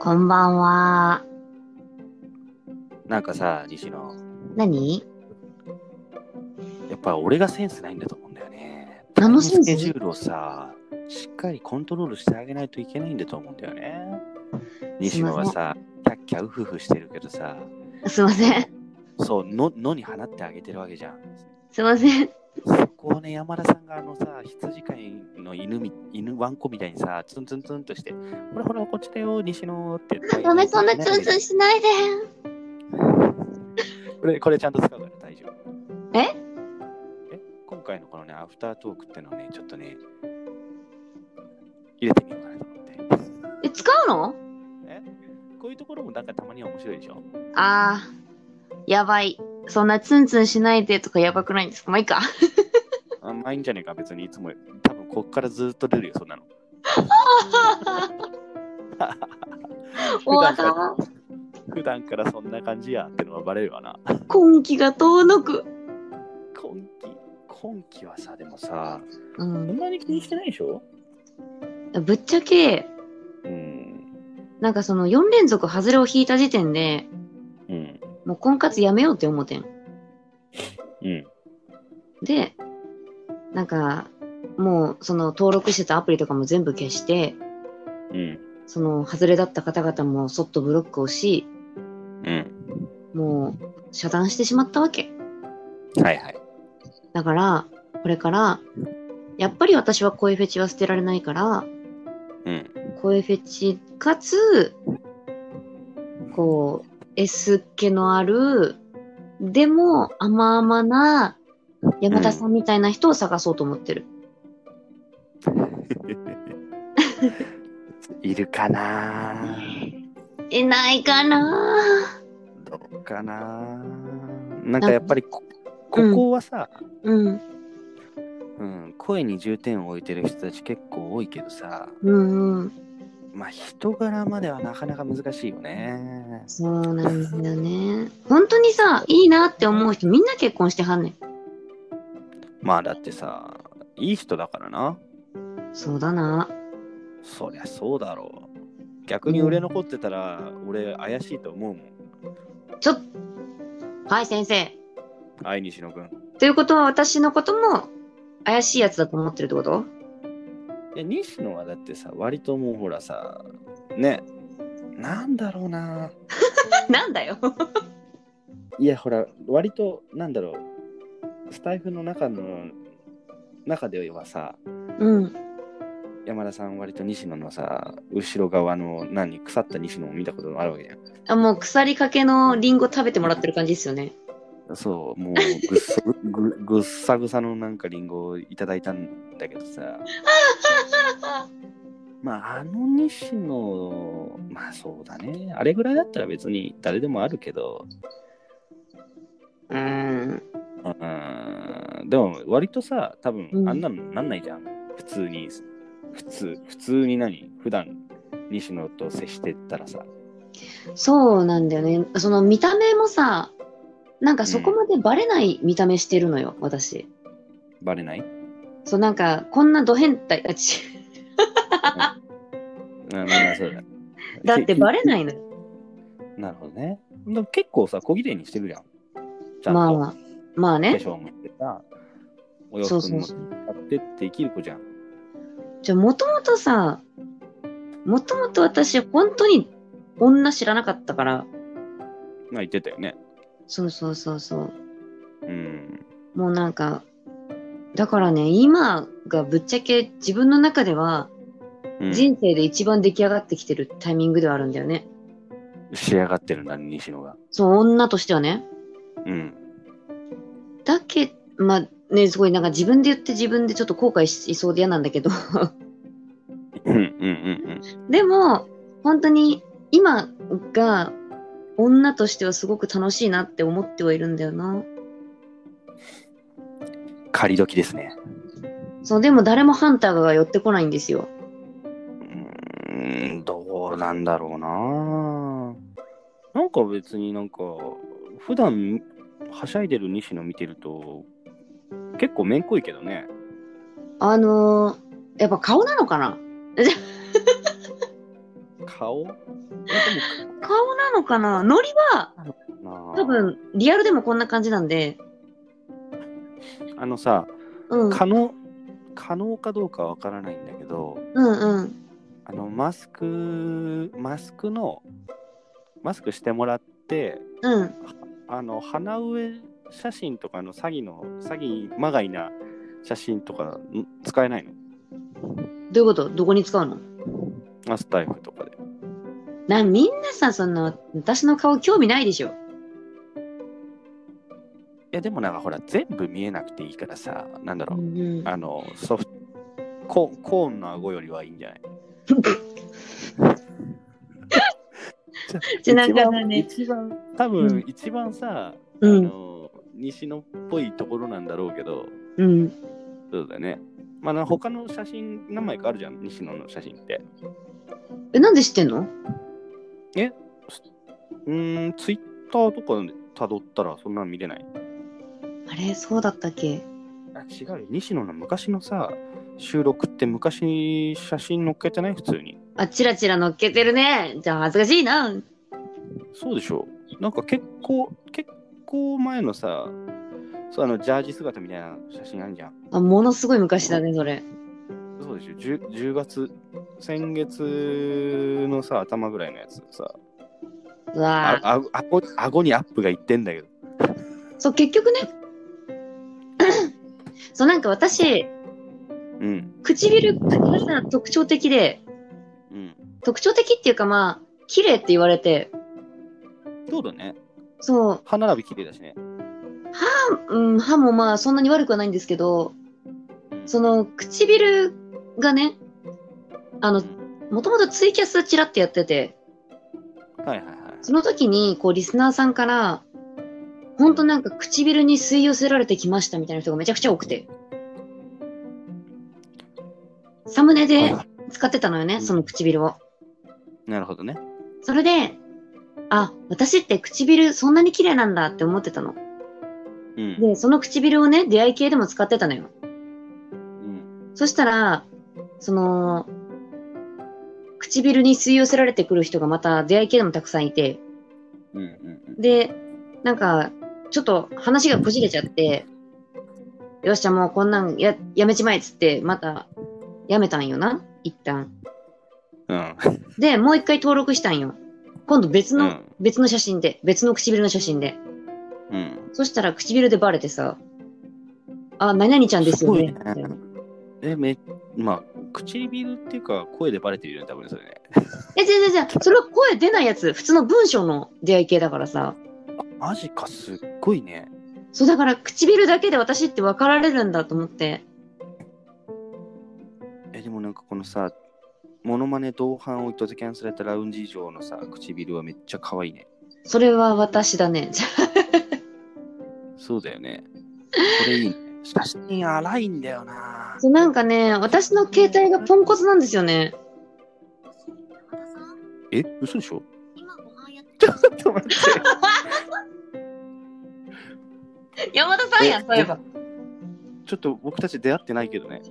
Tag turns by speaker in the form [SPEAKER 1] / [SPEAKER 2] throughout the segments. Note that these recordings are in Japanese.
[SPEAKER 1] こんばんは。
[SPEAKER 2] なんかさ、西野、
[SPEAKER 1] 何
[SPEAKER 2] やっぱ俺がセンスないんだと思うんだよね。
[SPEAKER 1] 何のセンス
[SPEAKER 2] タイムスケジュールをさ、しっかりコントロールしてあげないといけないんだと思うんだよね。西野はさ、キャッキャウフフしてるけどさ、
[SPEAKER 1] すいません。
[SPEAKER 2] そう、ののに放ってあげてるわけじゃん。
[SPEAKER 1] すいません。
[SPEAKER 2] そこをね、山田さんがあのさ、羊飼いの犬み、犬ワンコみたいにさ、ツンツンツンとして、ほらほら、こっちだよ、西野って言って。
[SPEAKER 1] ダメ、そんなツンツンしないで。
[SPEAKER 2] これ、これちゃんと使うから大丈夫。
[SPEAKER 1] え
[SPEAKER 2] え今回のこのね、アフタートークってのをね、ちょっとね、入れてみようかなと思って。
[SPEAKER 1] え、使うの
[SPEAKER 2] えこういうところもなんかたまには面白いでしょ
[SPEAKER 1] あー、やばい。そんなツンツンしないでとかやばくないんですか まあいいか。
[SPEAKER 2] あんまあいいんじゃねえか、別にいつも。多分こっからずっと出るよ、そん なの。
[SPEAKER 1] お
[SPEAKER 2] 普段から
[SPEAKER 1] 頭
[SPEAKER 2] 普段からそんな感じやってのはバレるわな。
[SPEAKER 1] 今季が遠のく。
[SPEAKER 2] 今期、今期はさ、でもさ、
[SPEAKER 1] う
[SPEAKER 2] そ
[SPEAKER 1] ん。
[SPEAKER 2] んなに気にしてないでしょ
[SPEAKER 1] ぶっちゃけ、
[SPEAKER 2] うん。
[SPEAKER 1] なんかその4連続ハズレを引いた時点で、
[SPEAKER 2] うん。
[SPEAKER 1] もう婚活やめようって思ってん。
[SPEAKER 2] うん。
[SPEAKER 1] で、なんか、もうその登録してたアプリとかも全部消して、
[SPEAKER 2] うん。
[SPEAKER 1] その外れだった方々もそっとブロックをし、
[SPEAKER 2] うん。
[SPEAKER 1] もう遮断してしまったわけ。
[SPEAKER 2] はいはい。
[SPEAKER 1] だから、これから、やっぱり私は声フェチは捨てられないから、
[SPEAKER 2] うん。
[SPEAKER 1] 声フェチかつ、こう、S 気のある、でも甘々な山田さんみたいな人を探そうと思ってる。
[SPEAKER 2] いるかな
[SPEAKER 1] え、ないかな
[SPEAKER 2] どうかななんかやっぱりこここはさ、
[SPEAKER 1] うん。
[SPEAKER 2] うん声に重点を置いてる人たち結構多いけどさ
[SPEAKER 1] うんうん。
[SPEAKER 2] まあ人柄まではなかなか難しいよね
[SPEAKER 1] そうなんだよね。本当にさ、いいなって思う人みんな結婚してはんねん。
[SPEAKER 2] まあだってさいい人だからな
[SPEAKER 1] そうだな。
[SPEAKER 2] そりゃそうだろう逆に売れ残ってたら俺怪しいと思うもん
[SPEAKER 1] ちょっはい、先生。
[SPEAKER 2] 愛西野君
[SPEAKER 1] ということは私のことも怪しいやつだと思ってるってこと
[SPEAKER 2] いや西野はだってさ割ともうほらさねなんだろう な
[SPEAKER 1] なんだよ。
[SPEAKER 2] いやほら割となんだろうスタイフの中の中ではさ
[SPEAKER 1] うん。
[SPEAKER 2] 山田さん割と西野のさ後ろ側の何腐った西野を見たことあるわけじゃ
[SPEAKER 1] あもう腐りかけのリンゴ食べてもらってる感じです よね。
[SPEAKER 2] んそうもうぐっさぐ ぐっさぐさのなんかリンゴをいただいたんだけどさまああの西野まあそうだねあれぐらいだったら別に誰でもあるけど
[SPEAKER 1] うーん。
[SPEAKER 2] うんでも割とさ多分
[SPEAKER 1] うん
[SPEAKER 2] あんなのなんないじゃん、普通に普通普通に何普段西野と接してったらさ
[SPEAKER 1] そうなんだよね。その見た目もさ、なんかそこまでバレない見た目してるのよ、私。
[SPEAKER 2] バレない
[SPEAKER 1] そう、なんかこんなド変態、あち
[SPEAKER 2] うんまあまあそうだ
[SPEAKER 1] だってバレないいのよ。
[SPEAKER 2] なるほどねでも結構さ小綺麗にしてるじゃん ちゃんと、
[SPEAKER 1] まあ、まあ
[SPEAKER 2] 化
[SPEAKER 1] ね。
[SPEAKER 2] 粧もしてさお洋
[SPEAKER 1] そう
[SPEAKER 2] 服
[SPEAKER 1] そう
[SPEAKER 2] も
[SPEAKER 1] そう
[SPEAKER 2] やってって生きる子じゃん
[SPEAKER 1] じゃあ、もともとさ、もともと私、本当に女知らなかったから、
[SPEAKER 2] まあ言ってたよね
[SPEAKER 1] そうそうそうそう。
[SPEAKER 2] うん
[SPEAKER 1] もうなんか、だからね、今がぶっちゃけ自分の中では
[SPEAKER 2] うん
[SPEAKER 1] 人生で一番出来上がってきてるタイミングではあるんだよね。
[SPEAKER 2] 仕上がってるんだね西野が
[SPEAKER 1] そう、女としてはね。
[SPEAKER 2] うん
[SPEAKER 1] だけ、まあね、すごいなんか自分で言って自分でちょっと後悔しそうで嫌なんだけど。
[SPEAKER 2] うんうんうん
[SPEAKER 1] でも、本当に今が女としてはすごく楽しいなって思ってはいるんだよな。
[SPEAKER 2] うん仮時ですね
[SPEAKER 1] そう、でも誰もハンターが寄ってこないんですよ。
[SPEAKER 2] うーんどうなんだろうななんか別になんか普段はしゃいでる西野見てると結構めんこいけどね
[SPEAKER 1] あのー、やっぱ顔なのかな
[SPEAKER 2] 顔あでも
[SPEAKER 1] 顔なのかなノリは、
[SPEAKER 2] なあ
[SPEAKER 1] 多分、リアルでもこんな感じなんで。
[SPEAKER 2] あのさ
[SPEAKER 1] うん。うん
[SPEAKER 2] 可能可能かどうかわからないんだけど
[SPEAKER 1] うん。
[SPEAKER 2] あのマスクマスクのマスクしてもらって
[SPEAKER 1] うん。
[SPEAKER 2] あの鼻上写真とかの詐欺の詐欺まがいな写真とかん使えないの
[SPEAKER 1] どういうことどこに使うの
[SPEAKER 2] マスタイフとかで
[SPEAKER 1] な、みんなさ、その、私の顔興味ないでしょ。
[SPEAKER 2] いやでもなんかほら全部見えなくていいからさなんだ
[SPEAKER 1] う
[SPEAKER 2] ろう、
[SPEAKER 1] ん、
[SPEAKER 2] あのソフトココーンの顎よりはいいんじゃない
[SPEAKER 1] じゃあなんか
[SPEAKER 2] 一番
[SPEAKER 1] ね
[SPEAKER 2] 一番多
[SPEAKER 1] う
[SPEAKER 2] 分
[SPEAKER 1] ん
[SPEAKER 2] 一番さ、
[SPEAKER 1] う
[SPEAKER 2] あ
[SPEAKER 1] ん。
[SPEAKER 2] の西野っぽいところなんだろうけど
[SPEAKER 1] うん。
[SPEAKER 2] そうだねまあな他の写真何枚かあるじゃん西野の写真って
[SPEAKER 1] え、なんで知ってんの
[SPEAKER 2] うーんツイッターとかで辿ったらそんなの見れない
[SPEAKER 1] あれそうだったっけ
[SPEAKER 2] あ違うよ西野の昔のさ収録って昔写真載っけてない普通に
[SPEAKER 1] あ、チラチラ乗っけてるね。じゃあ恥ずかしいな。
[SPEAKER 2] そうでしょなんか結構結構前のさそうあのジャージ姿みたいな写真あるじゃん
[SPEAKER 1] あ、ものすごい昔だね、それ。
[SPEAKER 2] そうでしょ 10, 10月先月のさ頭ぐらいのやつさ
[SPEAKER 1] うわ
[SPEAKER 2] あ
[SPEAKER 1] あ
[SPEAKER 2] あ顎顎にアップがいってんだけど
[SPEAKER 1] そう、結局ね。 そう、なんか私、
[SPEAKER 2] うん
[SPEAKER 1] 唇がさ、特徴的で、
[SPEAKER 2] うん
[SPEAKER 1] 特徴的っていうかまあ、綺麗って言われて、
[SPEAKER 2] そうだね
[SPEAKER 1] そう、
[SPEAKER 2] 歯並び綺麗だしね
[SPEAKER 1] うん、歯もまあ、そんなに悪くはないんですけど、その、唇がね、あの、もともとツイキャスチラってやってて、
[SPEAKER 2] はいはいはい
[SPEAKER 1] その時に、こう、リスナーさんから、ほんとなんか唇に吸い寄せられてきましたみたいな人がめちゃくちゃ多くて。サムネで使ってたのよね、その唇を。
[SPEAKER 2] なるほどね
[SPEAKER 1] それで、あ、私って唇そんなに綺麗なんだって思ってたの。
[SPEAKER 2] うん
[SPEAKER 1] で、その唇をね、出会い系でも使ってたのよ。
[SPEAKER 2] うん
[SPEAKER 1] そしたら、その、唇に吸い寄せられてくる人がまた出会い系でもたくさんいて、
[SPEAKER 2] うんうん
[SPEAKER 1] で、なんか、ちょっと話がこじれちゃって、よっしゃ、もうこんなんややめちまえっつって、また、やめたんよな、一旦。
[SPEAKER 2] うん
[SPEAKER 1] で、もう一回登録したんよ。今度別の、
[SPEAKER 2] うん
[SPEAKER 1] 別の写真で、別の唇の写真で。
[SPEAKER 2] うん
[SPEAKER 1] そしたら唇でバレてさ、あ、何々ちゃんですよね。
[SPEAKER 2] す
[SPEAKER 1] み
[SPEAKER 2] ご
[SPEAKER 1] た
[SPEAKER 2] い
[SPEAKER 1] い
[SPEAKER 2] ね
[SPEAKER 1] な
[SPEAKER 2] えめまあ唇っていうか声でバレてるよね多分それね
[SPEAKER 1] え、全然全然、それは声出ないやつ、普通の文章の出会い系だからさ。
[SPEAKER 2] マジかすっごいね
[SPEAKER 1] そう、だから唇だけで私って分かられるんだと思って。
[SPEAKER 2] えでもなんかこのさモノマネ同伴を一時キャンセルされたラウンジ以上のさ唇はめっちゃ可愛いね
[SPEAKER 1] それは私だね。
[SPEAKER 2] そうだよねこれいいね写真荒いんだよな
[SPEAKER 1] そうなんかね、私の携帯がポンコツなんですよね。
[SPEAKER 2] え嘘でしょ
[SPEAKER 3] ち
[SPEAKER 2] ちょっと待って
[SPEAKER 1] 山田さ んやん、そういえば。
[SPEAKER 2] ちょっと僕たち出会ってないけどね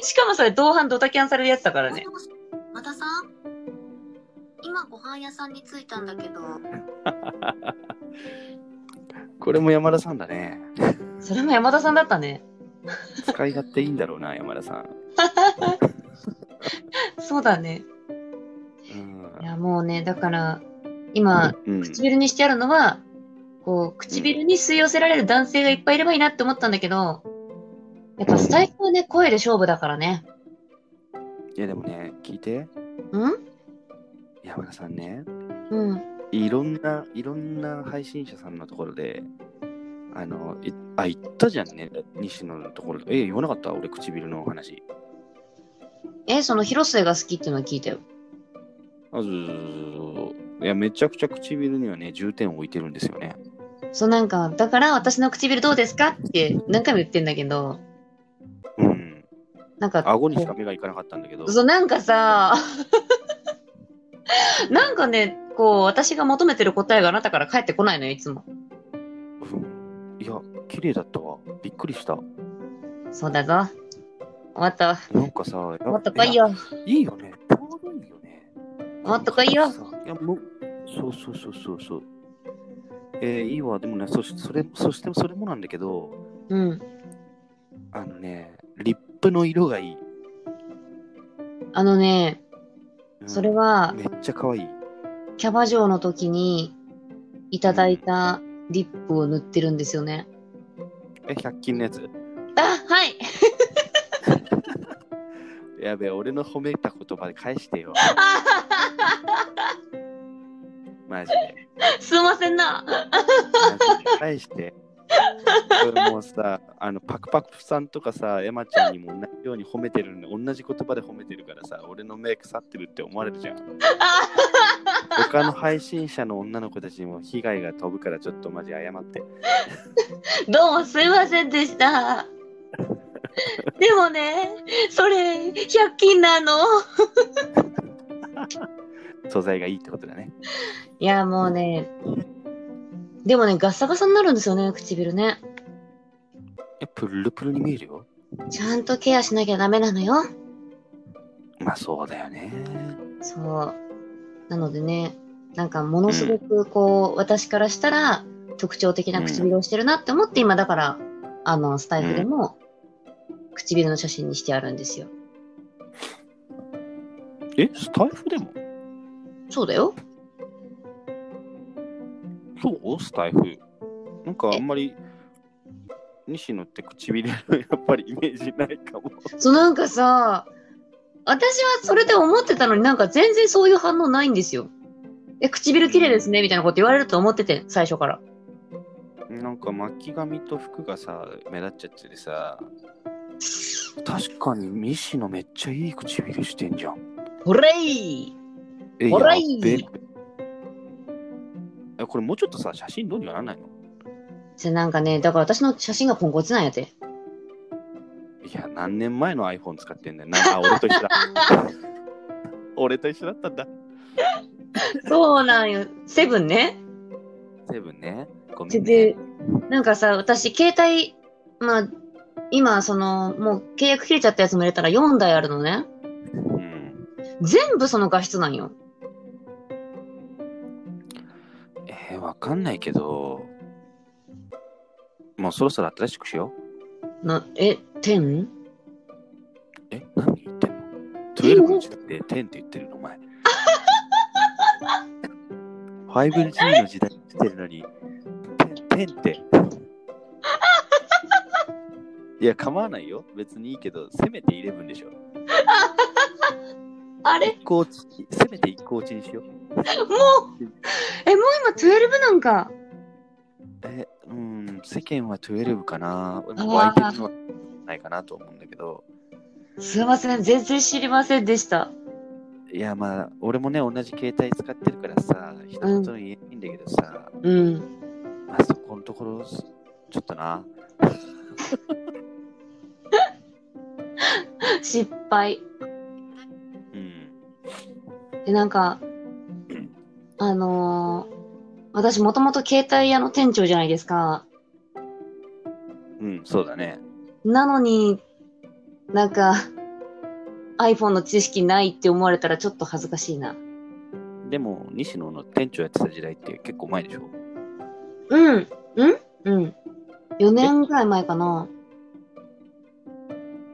[SPEAKER 1] しかもそれ、同伴ドタキャンされるやつだからね。
[SPEAKER 3] またさん今ご飯屋さんに着いたんだけど
[SPEAKER 2] これも山田さんだね
[SPEAKER 1] それも山田さんだったね。
[SPEAKER 2] 使い勝手いいんだろうな山田さん
[SPEAKER 1] そうだね。
[SPEAKER 2] うん
[SPEAKER 1] いや、もうね、だから、今、
[SPEAKER 2] うん
[SPEAKER 1] 唇にしてあるのは、こう、唇に吸い寄せられる男性がいっぱいいればいいなって思ったんだけど、やっぱ最初はね、声で勝負だからね。
[SPEAKER 2] いやでもね聞いて
[SPEAKER 1] ん
[SPEAKER 2] 山田さんね
[SPEAKER 1] うん。
[SPEAKER 2] いろんないろんな配信者さんのところであのいあ言ったじゃんね西野のところでえ言わなかった俺唇のお話
[SPEAKER 1] え、その広末が好きっていうのは聞いたよ。
[SPEAKER 2] あずいやめちゃくちゃ唇にはね重点を置いてるんですよね
[SPEAKER 1] そうなんか、だから私の唇どうですかって何回も言ってんだけど、
[SPEAKER 2] うん
[SPEAKER 1] なんか、
[SPEAKER 2] 顎にしか目がいかなかったんだけど
[SPEAKER 1] そう、なんかさ、 なんかね、こう、私が求めてる答えがあなたから返ってこないのよ、いつも。
[SPEAKER 2] うんいや綺麗だったわびっくりした
[SPEAKER 1] そうだぞ。終わったわ。
[SPEAKER 2] なんかさや
[SPEAKER 1] もっと来いよ。
[SPEAKER 2] いやいいよねちょうどいいよね
[SPEAKER 1] もっと来いよ。
[SPEAKER 2] いやもうそうそうそうそうそう。えー、いいわ、でもね、そしそれそしてそれもなんだけど、
[SPEAKER 1] うん。
[SPEAKER 2] あのね、リップの色がいい。
[SPEAKER 1] あのね、
[SPEAKER 2] うん
[SPEAKER 1] それは、
[SPEAKER 2] めっちゃ可愛い。
[SPEAKER 1] キャバ嬢の時にいただいたリップを塗ってるんですよね。
[SPEAKER 2] え、100均のやつ。
[SPEAKER 1] あ、はい。
[SPEAKER 2] やべえ、俺の褒めた言葉で返して よ。マジで。
[SPEAKER 1] すいませんな。
[SPEAKER 2] マジで返して。これもうさ、あの、パクパクさんとかさ、エマちゃんにも同じように褒めてるのに、同じ言葉で褒めてるからさ、俺の目腐ってるって思われるじゃん。他の配信者の女の子たちにも被害が飛ぶからちょっとマジ謝って。
[SPEAKER 1] どうもすいませんでした。でもね、それ、100均なの。
[SPEAKER 2] 素材がいいってことだね。
[SPEAKER 1] いや、もうね、でもね、ガッサガサになるんですよね、唇ね。
[SPEAKER 2] え、プルプルに見えるよ。
[SPEAKER 1] ちゃんとケアしなきゃダメなのよ。
[SPEAKER 2] まあそうだよね。
[SPEAKER 1] そう。なのでね、なんかものすごくこう、私からしたら特徴的な唇をしてるなって思って、今だから、あの、スタイフでも唇の写真にしてあるんですよ。
[SPEAKER 2] え、スタイフでも
[SPEAKER 1] そうだよ。
[SPEAKER 2] そうスタイフ。なんかあんまり西野って唇のやっぱりイメージないかも。
[SPEAKER 1] そうなんかさ、私はそれで思ってたのになんか全然そういう反応ないんですよ。え、唇綺麗ですねみたいなこと言われると思ってて、最初から。
[SPEAKER 2] なんか巻き髪と服がさ、目立っちゃっててさ。確かに西野めっちゃいい唇してんじゃん。
[SPEAKER 1] ほれい
[SPEAKER 2] え
[SPEAKER 1] ほらい
[SPEAKER 2] やっべええこれもうちょっとさ、写真どうにかならないの
[SPEAKER 1] じゃなんかね、だから私の写真がポンコツなんやて。
[SPEAKER 2] いや、何年前の iPhone 使ってんだよ。なあ、俺と一緒 だ。俺と一緒だったんだ。
[SPEAKER 1] そうなんよ。セブンね。
[SPEAKER 2] セブンね。ごめ
[SPEAKER 1] で
[SPEAKER 2] んね
[SPEAKER 1] で。、なんかさ、私、携帯、まあ、今、その、もう契約切れちゃったやつも入れたら4台あるのね。
[SPEAKER 2] うん、
[SPEAKER 1] 全部その画質なんよ。
[SPEAKER 2] えー、わかんないけど、もうそろそろ新しくしよ
[SPEAKER 1] なえ、10?
[SPEAKER 2] う。え、何言ってんの ?12 の時代で10って言ってるの、お前。5G の時代に来てるのに、10, 10って。いや、構わないよ。別にいいけど、せめて11でしょ。
[SPEAKER 1] あれ
[SPEAKER 2] 一個落ちせめて一個落ちにしよう。
[SPEAKER 1] もう、え、もう今12なんか。
[SPEAKER 2] え、うん、世間は12かな。
[SPEAKER 1] ー
[SPEAKER 2] 湧いてるのはないかなと思うんだけど。
[SPEAKER 1] すいません、全然知りませんでした。
[SPEAKER 2] いや、まあ、俺もね、同じ携帯使ってるからさ、人のこと言えないんだけどさ、
[SPEAKER 1] うん。
[SPEAKER 2] まあ、そこのところ、ちょっとな。
[SPEAKER 1] 失敗。
[SPEAKER 2] うん。
[SPEAKER 1] で、なんか、あのー私もともと携帯屋の店長じゃないですか。
[SPEAKER 2] うん、そうだね。
[SPEAKER 1] なのに、なんか、iPhone の知識ないって思われたらちょっと恥ずかしいな。
[SPEAKER 2] でも、西野の店長やってた時代って結構前でしょ
[SPEAKER 1] うん。うんうん。4年ぐらい前かな。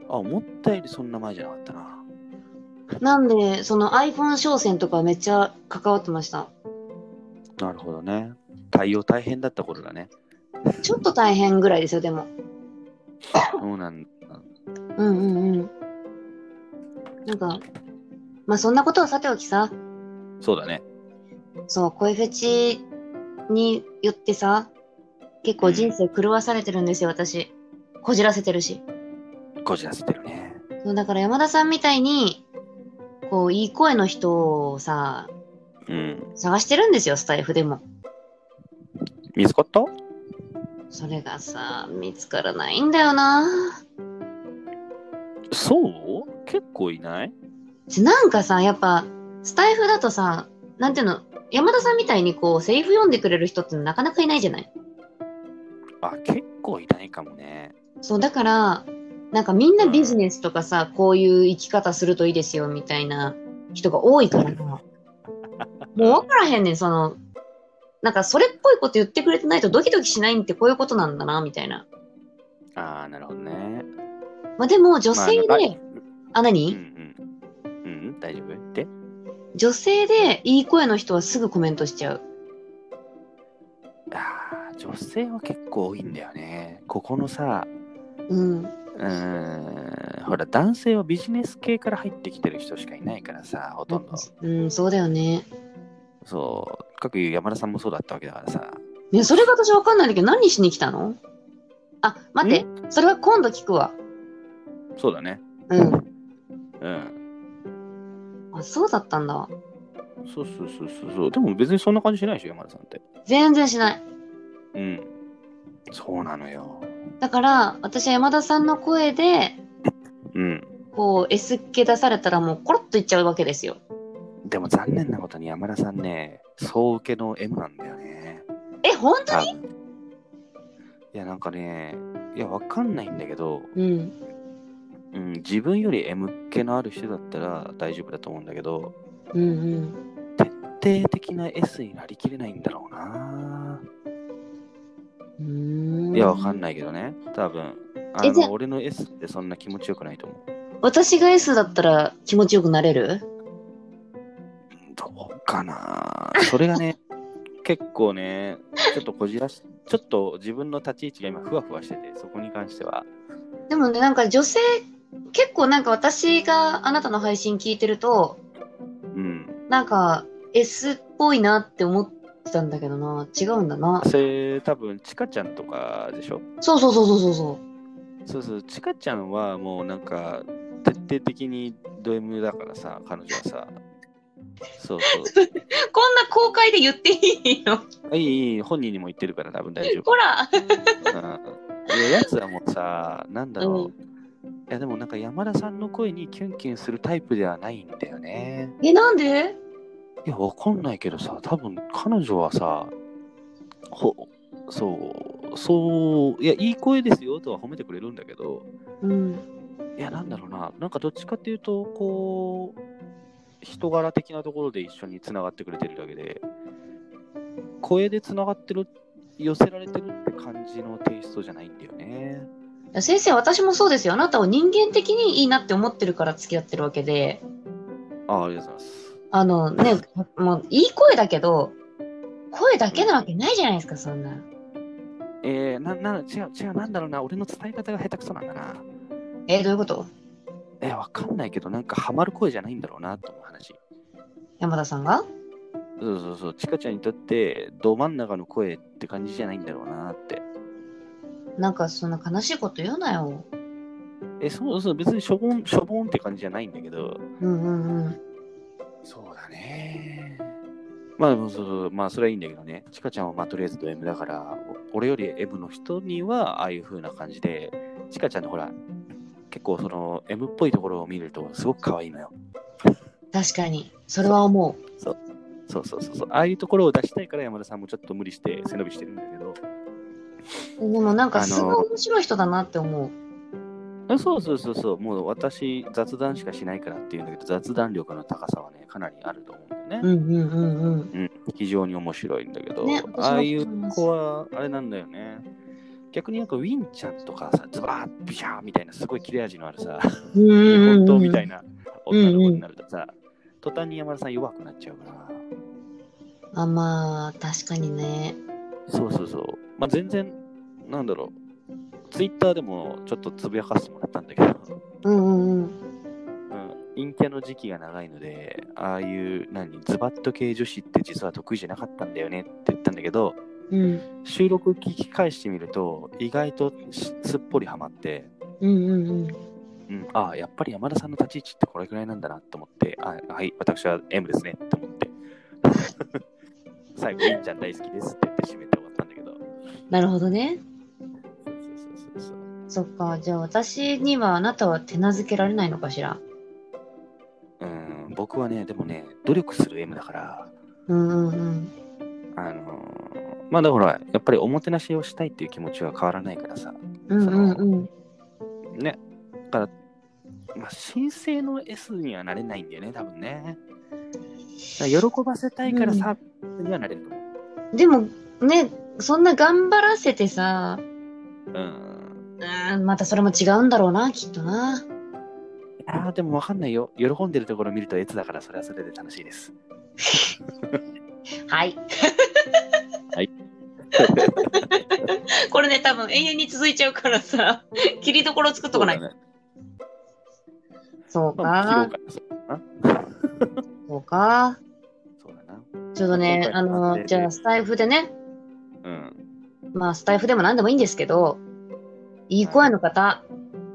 [SPEAKER 2] あ、思ったよりそんな前じゃなかったな。
[SPEAKER 1] なんで、その iPhone 商戦とかめっちゃ関わってました。
[SPEAKER 2] なるほどね。対応大変だった頃だね。
[SPEAKER 1] ちょっと大変ぐらいですよ、でも。
[SPEAKER 2] そうなんだ。
[SPEAKER 1] うんうんうん。なんか、まあそんなことはさておきさ、
[SPEAKER 2] そうだね。
[SPEAKER 1] そう、声フェチによってさ、結構人生狂わされてるんですよ、私。こじらせてるし。
[SPEAKER 2] こじらせてるね。
[SPEAKER 1] そうだから山田さんみたいに、こう、いい声の人をさ、
[SPEAKER 2] うん。
[SPEAKER 1] 探してるんですよ、スタイフでも。
[SPEAKER 2] 見つかった
[SPEAKER 1] それがさ、見つからないんだよな。
[SPEAKER 2] そう結構いない
[SPEAKER 1] ちなんかさ、やっぱ、スタイフだとさ、なんていうの、山田さんみたいにこう、セリフ読んでくれる人ってなかなかいないじゃない
[SPEAKER 2] あ、結構いないかもね。
[SPEAKER 1] そう、だから、なんかみんなビ ジネスとかさ、こういう生き方するといいですよ、みたいな人が多いからな。もう分からへんねん、その、なんかそれっぽいこと言ってくれてないとドキドキしないんってこういうことなんだな、みたいな。
[SPEAKER 2] ああ、なるほどね。
[SPEAKER 1] まあでも女性で、
[SPEAKER 2] まあ
[SPEAKER 1] あ、
[SPEAKER 2] うんう
[SPEAKER 1] 何、
[SPEAKER 2] ん。うん、大丈夫で
[SPEAKER 1] 女性でいい声の人はすぐコメントしちゃう。
[SPEAKER 2] あー女性は結構多いんだよね。ここのさ、
[SPEAKER 1] うん。
[SPEAKER 2] うーん、ほら、男性はビジネス系から入ってきてる人しかいないからさ、ほとんど。
[SPEAKER 1] うん、そうだよね。
[SPEAKER 2] そう、各言う山田さんもそうだったわけだからさ。
[SPEAKER 1] ね、それが私わかんないんだけど、何しに来たのあ、待って、それは今度聞くわ。
[SPEAKER 2] そうだね。
[SPEAKER 1] うん。
[SPEAKER 2] うん。
[SPEAKER 1] あ、そうだったんだ。
[SPEAKER 2] そうそうそうそうそう。でも別にそんな感じしないでしょ、山田さんって。
[SPEAKER 1] 全然しない。
[SPEAKER 2] うん。そうなのよ。
[SPEAKER 1] だから、私は山田さんの声で、
[SPEAKER 2] うん。
[SPEAKER 1] こう、S っ気出されたらもうコロッといっちゃうわけですよ。
[SPEAKER 2] でも残念なことに山田さんね、総受けの M なんだよね。
[SPEAKER 1] え、本当
[SPEAKER 2] 多分。いや、なんかね、いや、わかんないんだけど、
[SPEAKER 1] うん。
[SPEAKER 2] うん、自分より M 系のある人だったら大丈夫だと思うんだけど、
[SPEAKER 1] うんうん。
[SPEAKER 2] 徹底的な S になりきれないんだろうな。
[SPEAKER 1] うーん
[SPEAKER 2] いや、わかんないけどね、多分。あ
[SPEAKER 1] えじゃあ
[SPEAKER 2] の、俺の S ってそんな気持ちよくないと思う。
[SPEAKER 1] 私が S だったら気持ちよくなれる
[SPEAKER 2] どうかな。それがね、 結構ね、ちょっとこじらし、ちょっと自分の立ち位置が今、ふわふわしてて、そこに関しては。
[SPEAKER 1] でもね、なんか女性、結構なんか私があなたの配信聞いてると、
[SPEAKER 2] うん。
[SPEAKER 1] なんか S っぽいなって思ってたんだけどな。違うんだな。
[SPEAKER 2] それ、多分、ちかちゃんとかでしょ
[SPEAKER 1] そうそうそうそうそうそ。
[SPEAKER 2] そうそう、ちかちゃんはもうなんか、徹底的にド M だからさ、彼女はさ。そうそう
[SPEAKER 1] こんな公開で言っていいの
[SPEAKER 2] う。いい、いい、本人にも言ってるから多分大丈夫。
[SPEAKER 1] ほら
[SPEAKER 2] うんいや、やつはもうさ、なんだろう。いや、でもなんか山田さんの声にキュンキュンするタイプではないんだよね。
[SPEAKER 1] え、なんで
[SPEAKER 2] いや、わかんないけどさ、多分彼女はさ、ほ、そう、そう、いや、いい声ですよとは褒めてくれるんだけど、
[SPEAKER 1] うん。
[SPEAKER 2] いや、なんだろうな、なんかどっちかっていうと、こう、人柄的なところで一緒につながってくれてるだけで、声でつながってる、寄せられてるって感じのテイストじゃないんだよね。
[SPEAKER 1] いや先生、私もそうですよ。あなたを人間的にいいなって思ってるから付き合ってるわけで。
[SPEAKER 2] ああ、りがとうございます。
[SPEAKER 1] あのね、もういい声だけど、声だけなわけないじゃないですか、そんな。
[SPEAKER 2] えー、な、な、違う、違う、なんだろうな、俺の伝え方が下手くそなんだな。
[SPEAKER 1] えどういうこと
[SPEAKER 2] えー、わかんないけど、なんかハマる声じゃないんだろうな、と思う話。
[SPEAKER 1] 山田さんが
[SPEAKER 2] そうそうそう、ちかちゃんにとって、ど真ん中の声って感じじゃないんだろうなって。
[SPEAKER 1] なんかそんな悲しいこと言うなよ。
[SPEAKER 2] え、そうそう、別にしょぼん、しょぼんって感じじゃないんだけど。
[SPEAKER 1] うんうんうん。
[SPEAKER 2] そうだね。まあ、でもそうそう、まあ、それはいいんだけどね。ちかちゃんは、まあ、とりあえずド M だから、お俺より M の人には、ああいう風な感じで、ちかちゃんのほら、結構その M っぽいところを見ると、すごく可愛いのよ。
[SPEAKER 1] 確かに。それは思う。
[SPEAKER 2] そうそうそうそう。ああいうところを出したいから、山田さんもちょっと無理して背伸びしてるんだけど。
[SPEAKER 1] でもなんか
[SPEAKER 2] あの
[SPEAKER 1] すごい面白い人だなって思う。
[SPEAKER 2] あそうそうそうそう、もう私、雑談しかしないからっていうんだけど、雑談力の高さはね、かなりあると思うんだよ
[SPEAKER 1] う
[SPEAKER 2] ね。
[SPEAKER 1] んうんうんうん。
[SPEAKER 2] うん、非常に面白いんだけど、
[SPEAKER 1] ね面白いと思います
[SPEAKER 2] ああいう子はあれなんだよね。逆になんかウィンちゃんとかさ、ズバービシャーみたいな、すごい切れ味のあるさ、
[SPEAKER 1] うん
[SPEAKER 2] 日
[SPEAKER 1] うん
[SPEAKER 2] 本
[SPEAKER 1] うん
[SPEAKER 2] 刀みたいな女の
[SPEAKER 1] うんう
[SPEAKER 2] 子
[SPEAKER 1] ん
[SPEAKER 2] になるとさ、途端に山田さん弱くなっちゃうから。
[SPEAKER 1] あ、まあ、確かにね。
[SPEAKER 2] そうそうそう。まあ全然、なんだろう、ツイッターでもちょっとつぶやかせてもらったんだけど、
[SPEAKER 1] うんうんうん。
[SPEAKER 2] うん、陰キャの時期が長いので、ああいう、何、ズバッと系女子って実は得意じゃなかったんだよねって言ったんだけど、
[SPEAKER 1] うん
[SPEAKER 2] 収録聞き返してみると、意外としすっぽりハマって、
[SPEAKER 1] うんうんうん。
[SPEAKER 2] うん、ああ、やっぱり山田さんの立ち位置ってこれぐらいなんだなと思って、あはい、私は M ですねって思って、 最後、りんちゃん大好きですって言って締めて終わったんだけど、そう
[SPEAKER 1] なるほどね。
[SPEAKER 2] そうそうそうそう。
[SPEAKER 1] そっか。じゃあ私にはあなたは手なずけられないのかしら。
[SPEAKER 2] うん、僕はね、でもね、努力する M だから、
[SPEAKER 1] うんうんうん。
[SPEAKER 2] あのーまあだから、やっぱりおもてなしをしたいっていう気持ちは変わらないからさ、
[SPEAKER 1] うんうんうん。
[SPEAKER 2] ね。だから、まあ、神聖の S にはなれないんだよね、多分ね。喜ばせたいからサービスにはなれると思う。
[SPEAKER 1] でも、ね、そんな頑張らせてさ、
[SPEAKER 2] うん。
[SPEAKER 1] うーん、またそれも違うんだろうな、きっとな。
[SPEAKER 2] ああ、でもわかんないよ。喜んでるところ見ると越だから、それはそれで楽しいです。
[SPEAKER 1] はい。
[SPEAKER 2] はい。
[SPEAKER 1] これね、多分永遠に続いちゃうからさ、切りどころ作っとかない。
[SPEAKER 2] そうだね
[SPEAKER 1] そう
[SPEAKER 2] まあ、切ろう
[SPEAKER 1] か、
[SPEAKER 2] か。
[SPEAKER 1] そうか。
[SPEAKER 2] そうだな。
[SPEAKER 1] ちょっとね、あ
[SPEAKER 2] 今回は
[SPEAKER 1] の、じゃあスタイフでね、
[SPEAKER 2] うん。
[SPEAKER 1] まあスタイフでも何でもいいんですけど、いい声の方、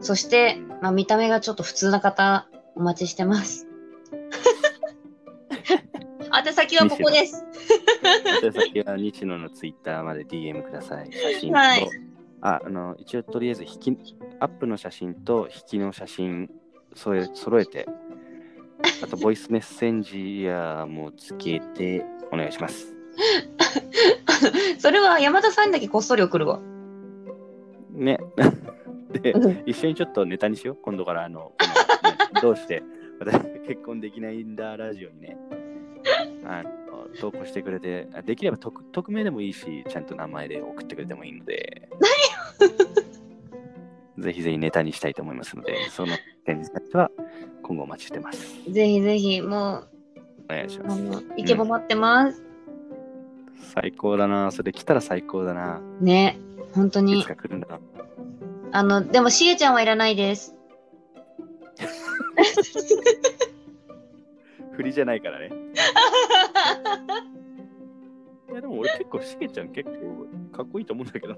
[SPEAKER 1] そして、まあ見た目がちょっと普通な方、お待ちし てます。宛先はここです。
[SPEAKER 2] で先は西野のツイッターまで DM ください。写真と、
[SPEAKER 1] はい
[SPEAKER 2] ああの一応とりあえず引きアップの写真と引きの写真それ揃えて、あとボイスメッセンジやもつけてお願いします。
[SPEAKER 1] それは山田さんにだけこっそり送るわ。
[SPEAKER 2] ね。 で、
[SPEAKER 1] うん
[SPEAKER 2] 一緒にちょっとネタにしよう。今度からあ の、このねどうして私結婚できないんだラジオにね、あの投稿してくれて、あできれば匿匿名でもいいし、ちゃんと名前で送ってくれてもいいので。ぜひぜひネタにしたいと思いますので、その点に関しては今後お待ちしてます。
[SPEAKER 1] ぜひぜひ、も
[SPEAKER 2] お願いし
[SPEAKER 1] う、
[SPEAKER 2] ま
[SPEAKER 1] あ
[SPEAKER 2] す。
[SPEAKER 1] の、イケボ待ってます。
[SPEAKER 2] 最高だな。それ来たら最高だな。
[SPEAKER 1] ね、本当
[SPEAKER 2] い
[SPEAKER 1] に
[SPEAKER 2] つ。か来るんだな。
[SPEAKER 1] あの、でも、しげちゃんはいらないです。
[SPEAKER 2] 振りじゃないから ね。いやでも俺結構しげちゃん結構かっこいいと思うんだけどな。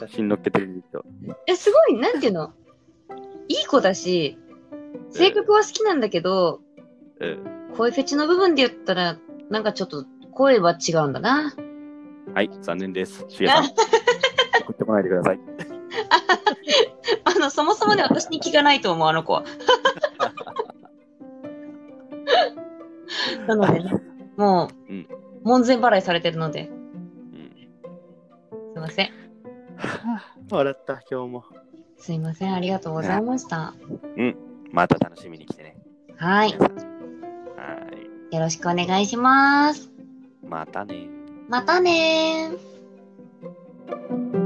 [SPEAKER 2] 写真載っけてみると。
[SPEAKER 1] え、すごい、なんていうのいい子だし、性格は好きなんだけど、
[SPEAKER 2] うん。
[SPEAKER 1] 声フェチの部分で言ったら、なんかちょっと、声は違うんだな。
[SPEAKER 2] はい、残念です。しげさん。送ってこないでください。
[SPEAKER 1] あの、そもそもね、私に聞かないと思う、あの子は。なのでね、もう、
[SPEAKER 2] うん
[SPEAKER 1] 門前払いされてるの
[SPEAKER 2] う
[SPEAKER 1] で、
[SPEAKER 2] ん、
[SPEAKER 1] すいません。
[SPEAKER 2] 笑った、今日も。
[SPEAKER 1] すいません、ありがとうございました。
[SPEAKER 2] また楽しみに来てね。
[SPEAKER 1] はい。
[SPEAKER 2] 皆さんはい。
[SPEAKER 1] よろしくお願いします。
[SPEAKER 2] またね
[SPEAKER 1] またねー。